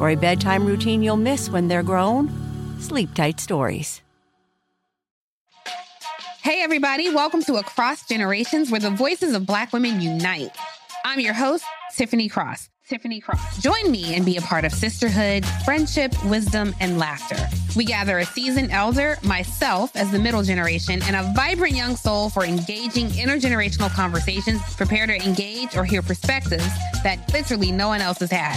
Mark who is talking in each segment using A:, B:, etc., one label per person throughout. A: or a bedtime routine you'll miss when they're grown? Sleep Tight Stories.
B: Hey, everybody, welcome to Across Generations, where the voices of Black women unite. I'm your host, Tiffany Cross. Tiffany Cross. Join me and be a part of sisterhood, friendship, wisdom, and laughter. We gather a seasoned elder, myself as the middle generation, and a vibrant young soul for engaging intergenerational conversations. Prepare to engage or hear perspectives that literally no one else has had.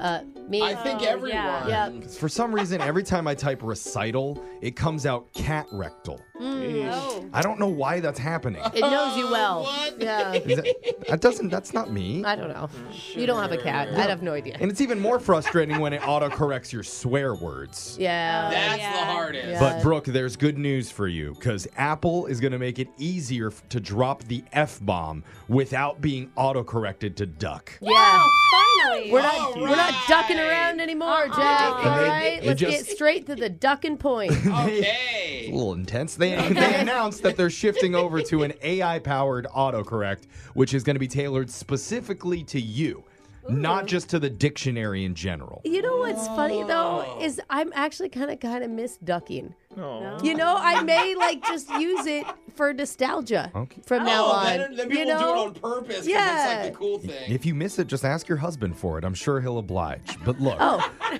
C: Uh, me.
D: I think everyone.
C: yeah.
E: 'Cause For some reason, every time I type recital, it comes out cat rectal. I don't know why that's happening.
C: Mm, oh. It knows you well. Yeah.
E: Is that, that doesn't. That's not me.
C: I don't know.
D: Mm,
C: You don't have a cat. I'd have no idea.
E: And it's even more frustrating when it autocorrects your swear words.
C: Yeah.
D: That's the hardest.
C: Yeah.
E: But Brooke, there's good news for you because Apple is going to make it easier f- to drop the f bomb without being autocorrected to duck.
D: Oh,
C: Yeah.
F: Finally.
C: We're not we're not ducking around anymore,
D: Uh-uh.
C: Jack. All
E: They-
C: right,
E: they
C: let's
E: just-
C: get straight to the ducking point.
E: a little intense. They, they announced that they're shifting over to an AI powered autocorrect, which is going to be tailored specifically to you, not just to the dictionary in general.
C: You know what's funny though is I'm actually kind of kind of miss ducking. You know, I may like just use it for nostalgia
E: Okay.
C: from now
D: Oh,
C: on.
D: then, then
C: you
D: people
C: know,
D: do it on purpose. 'cause
C: Yeah.
D: That's like the cool thing.
E: If you miss it, just ask your husband for it. I'm sure he'll oblige. But look,
C: Oh.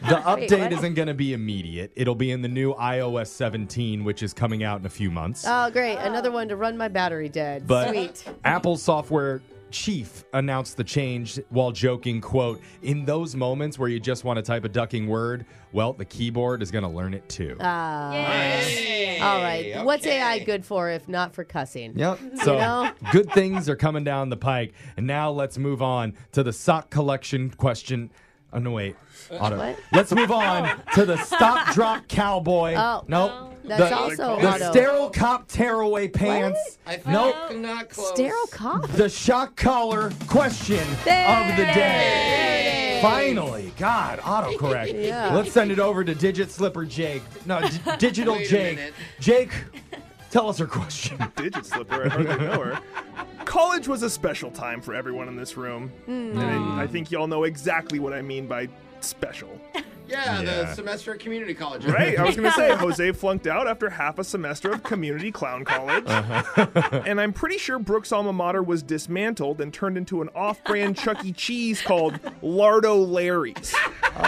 E: the
C: Wait,
E: update
C: what?
E: isn't going to be immediate. It'll be in the new iOS 17, which is coming out in a few months.
C: Oh, great. Another one to run my battery dead.
E: But
C: Sweet.
E: Apple software chief announced the change while joking, quote, in those moments where you just want to type a ducking word, well, the keyboard is going to learn it too.
C: Ah.
D: Hey,
C: All right. What's
D: okay.
C: AI good for if not for cussing?
E: Yep. So
C: know?
E: good things are coming down the pike. And now let's move on to the sock collection question. Oh, no, wait. Auto.
C: Uh, What?
E: Let's move on to the stop drop cowboy.
C: Oh.
E: nope.
C: That's
E: the,
C: also
E: the
C: auto.
E: sterile cop tearaway pants.
D: I think
E: Nope.
D: not close.
C: Sterile cop.
E: The shock collar question of the day. Finally, God, autocorrect.
C: Yeah.
E: Let's send it over to Digit Slipper Jake. No, D- Digital
D: Wait a
E: Jake.
D: minute.
E: Jake, tell us her question.
G: digit slipper. I hardly know her. College was a special time for everyone in this room. And I, I think y'all know exactly what I mean by special.
D: Yeah,
E: Yeah.
D: the semester at community college.
G: Right? I was going to say, Jose flunked out after half a semester of community clown college. and I'm pretty sure Brooks' alma mater was dismantled and turned into an off brand Chuck E. Cheese called Lardo Larry's.
C: You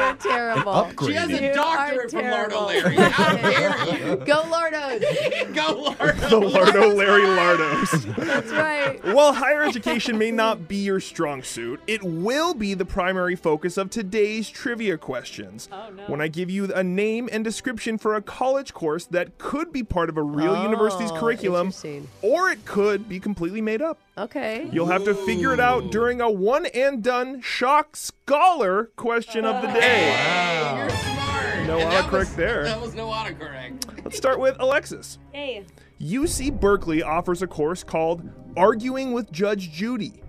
C: are terrible.
D: She has
E: Upgraded.
D: a
C: You
D: doctorate
C: are
D: from Lord
C: terrible.
D: O'Leary. How dare you?
C: Go Lardos.
D: Go Lord
G: The Lardo Larry Lardos.
C: That's right.
G: While higher education may not be your strong suit, it will be the primary focus of today's trivia questions. Oh, no. When I give you a name and description for a college course that could be part of a real university's
C: Oh,
G: curriculum,
C: interesting.
G: or it could be completely made up.
C: Okay.
G: You'll have to figure it out during a one and done shock scholar question of the day.
D: You're smart.
G: No
D: And that
G: autocorrect
D: was-
G: there.
D: That was no autocorrect.
G: Let's start with Alexis.
F: Hey.
G: UC Berkeley offers a course called Arguing with Judge Judy.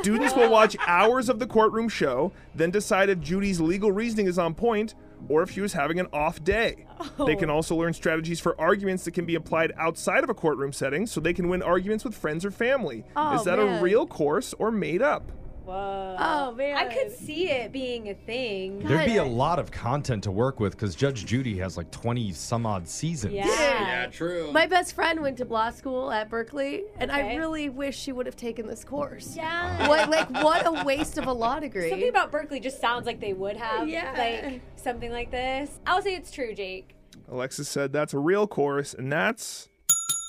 G: Students will watch hours of the courtroom show, then decide if Judy's legal reasoning is on point or if she was having an off day. They
F: Oh.
G: can also learn strategies for arguments that can be applied outside of a courtroom setting so they can win arguments with friends or family.
F: Oh,
G: is that
F: man.
G: a real course or made up?
F: Whoa. Oh man. I could see it being a thing.
E: There'd be a lot of content to work with because Judge Judy has like 20 some odd seasons.
C: Yeah. Yeah,
D: true.
C: My best friend went to law school at Berkeley, and I
F: Okay.
C: really wish she would have taken this course.
F: Yeah.
C: What, like, what a waste of a law degree.
F: Something about Berkeley just sounds like they would have.
C: Yeah.
F: Like something like this. I'll say it's true, Jake.
G: Alexis said that's a real course, and that's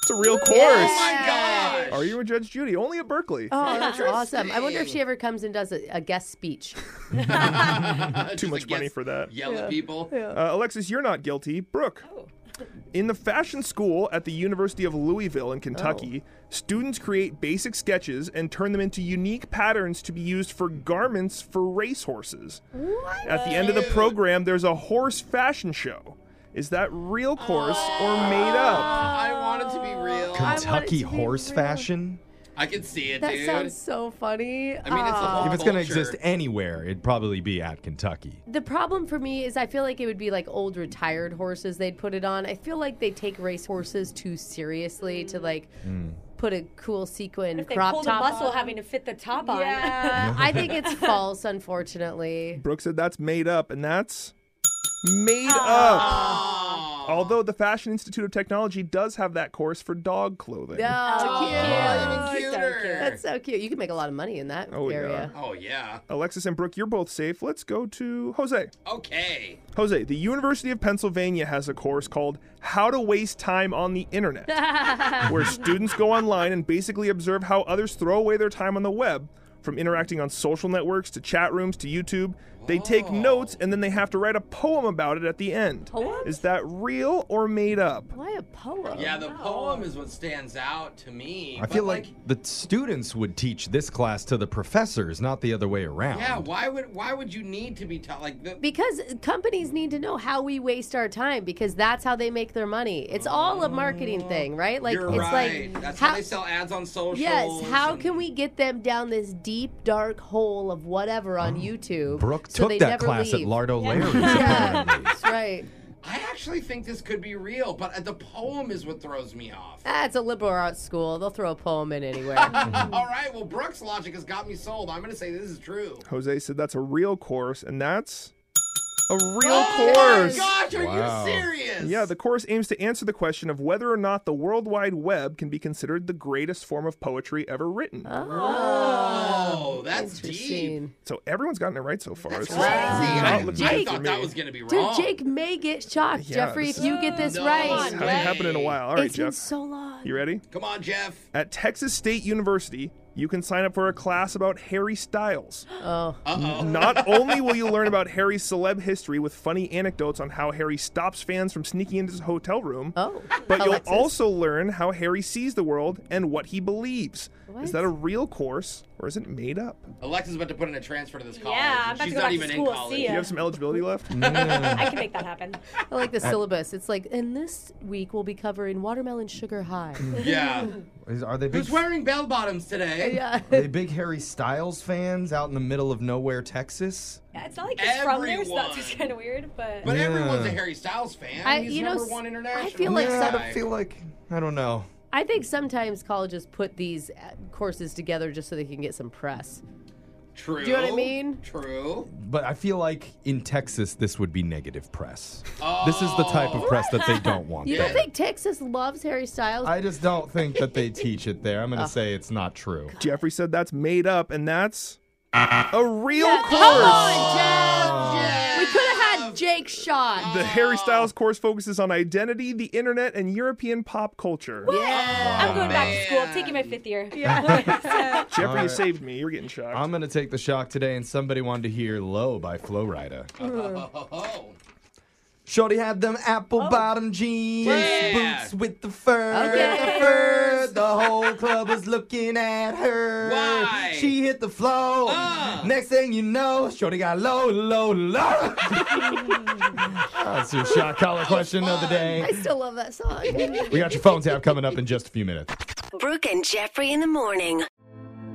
G: it's a real course.
C: my
G: Are you a Judge Judy? Only at Berkeley.
C: Oh, that's awesome. I wonder if she ever comes and does a, a guest speech.
D: Uh,
G: Too much money for that.
D: yell at Yeah. people. Yeah.
G: Uh, Alexis, you're not guilty. Brooke.
C: Oh.
G: In the fashion school at the University of Louisville in Kentucky,
C: Oh.
G: students create basic sketches and turn them into unique patterns to be used for garments for racehorses.
D: What?
G: At the end of the program, there's a horse fashion show. Is that real course or made up?
D: I want it to be real.
E: Kentucky horse fashion?
D: I can see it,
C: That
D: dude.
C: sounds so funny.
D: I mean, it's a
E: if it's going to
D: culture.
E: exist anywhere, it'd probably be at Kentucky.
C: The problem for me is I feel like it would be like old retired horses they'd put it on. I feel like they take race horses too seriously to like
G: Mm.
C: put a cool sequin
F: If they
C: crop
F: pulled a
C: top
F: muscle
C: on.
F: having to fit the top on.
C: Yeah, I think it's false, unfortunately.
G: Brooke said that's made up, and that's made up. Although the Fashion Institute of Technology does have that course for dog clothing.
C: Oh, cute.
D: Oh, even
C: So
D: cuter.
C: cute. That's so cute. You can make a lot of money in that
G: Oh, yeah.
C: area.
D: Oh yeah.
G: Alexis and Brooke, you're both safe. Let's go to Jose.
D: Okay.
G: Jose, the University of Pennsylvania has a course called How to Waste Time on the Internet, where students go online and basically observe how others throw away their time on the web. From interacting on social networks to chat rooms to YouTube, they take notes and then they have to write a poem about it at the end.
C: Poem?
G: Is that real or made up?
C: Why a poem?
D: Yeah, the poem is what stands out to me.
E: I
D: but,
E: feel like the students would teach this class to the professors, not the other way around.
D: Yeah, why would why would you need to be taught like the
C: Because companies need to know how we waste our time because that's how they make their money. It's all a marketing thing, right? Like
D: Oh. You're
C: it's
D: right.
C: like
D: That's
C: how,
D: how they sell ads on social.
C: Yes, how can we get them down this deep dark hole of whatever on YouTube?
E: Oh, Brooke
C: so they
E: took that
C: never
E: class
C: leave?
E: at Lardo Larry's.
C: Yeah, that's right.
D: I actually think this could be real, but uh, the poem is what throws me off.
C: Ah, it's a liberal arts school. They'll throw a poem in anywhere.
D: All right, well Brooks' logic has got me sold. I'm gonna say this is true.
G: Jose said that's a real course, and that's a real
D: Oh my
G: course.
D: gosh, are you serious?
G: Yeah, the course aims to answer the question of whether or not the World Wide Web can be considered the greatest form of poetry ever written.
D: Oh, that's deep.
G: So everyone's gotten it right so far. That's
D: crazy. I, I
C: Jake.
D: thought that was gonna be
C: Dude,
D: wrong.
C: Jake may get shocked,
G: Yeah,
C: Jeffrey,
G: this
C: if
G: is-
C: you get this
D: No
C: right.
G: Hasn't happened in a while. All right,
C: it's been
G: Jeff.
C: so long.
G: You ready?
D: Come on, Jeff.
G: At Texas State University, you can sign up for a class about Harry Styles.
C: Oh.
G: Not only will you learn about Harry's celeb history with funny anecdotes on how Harry stops fans from sneaking into his hotel room,
C: Oh.
G: but
C: Alexis.
G: you'll also learn how Harry sees the world and what he believes. Is that a real course or is it made up?
D: Alexa's about to put in a transfer to this college.
F: Yeah, I'm
D: and
F: about to
D: she's
F: go
D: not
F: back to
D: even
F: school,
D: in
F: see
D: college.
F: ya.
G: Do you have some eligibility left?
F: I can make that happen.
C: I like the syllabus. It's like, and this week we'll be covering watermelon sugar high.
D: Yeah.
E: Is- Are they big,
D: Who's wearing bell bottoms today?
C: yeah.
E: are they big Harry Styles fans out in the middle of nowhere, Texas?
F: Yeah, it's not like it's from there, so that's just
D: Everyone.
F: kind of weird. But,
D: But
E: Yeah.
D: everyone's a Harry Styles fan.
C: I-
D: He's
C: you know,
D: number
C: s-
D: one
C: I
D: international.
C: feel like
D: guy.
E: yeah, I feel like I don't know.
C: I think sometimes colleges put these uh, courses together just so they can get some press.
D: True.
C: Do you know what I mean?
D: True.
E: But I feel like in Texas, this would be negative press. This is the type of press
D: Oh.
E: that they don't want.
C: You don't
E: there.
C: think Texas loves Harry Styles? Oh.
E: I just don't think that they teach it there. I'm going to say it's not true.
G: Jeffrey said that's made up, and that's a real course.
C: We could have had Jake shot.
G: The Harry Styles course focuses on identity, the internet, and European pop culture.
F: I'm going back to school. I'm taking my fifth year.
G: Jeffrey, you
E: Alright.
G: saved me. You're getting shocked.
E: I'm going to take the shock today, and somebody wanted to hear Low by Flow Rida.
D: Oh,
E: Shorty had them apple bottom jeans,
H: Oh. Yeah.
E: boots with the fur,
H: Okay.
E: the fur. The whole club was looking at her.
H: Why? Uh.
E: She hit the floor. Next thing you know, Shorty got low, low, low. That's your shot collar question of the
I: I
E: day.
I: still love that song.
E: We got your phone tap coming up in just a few minutes.
J: Brooke and Jeffrey in the morning.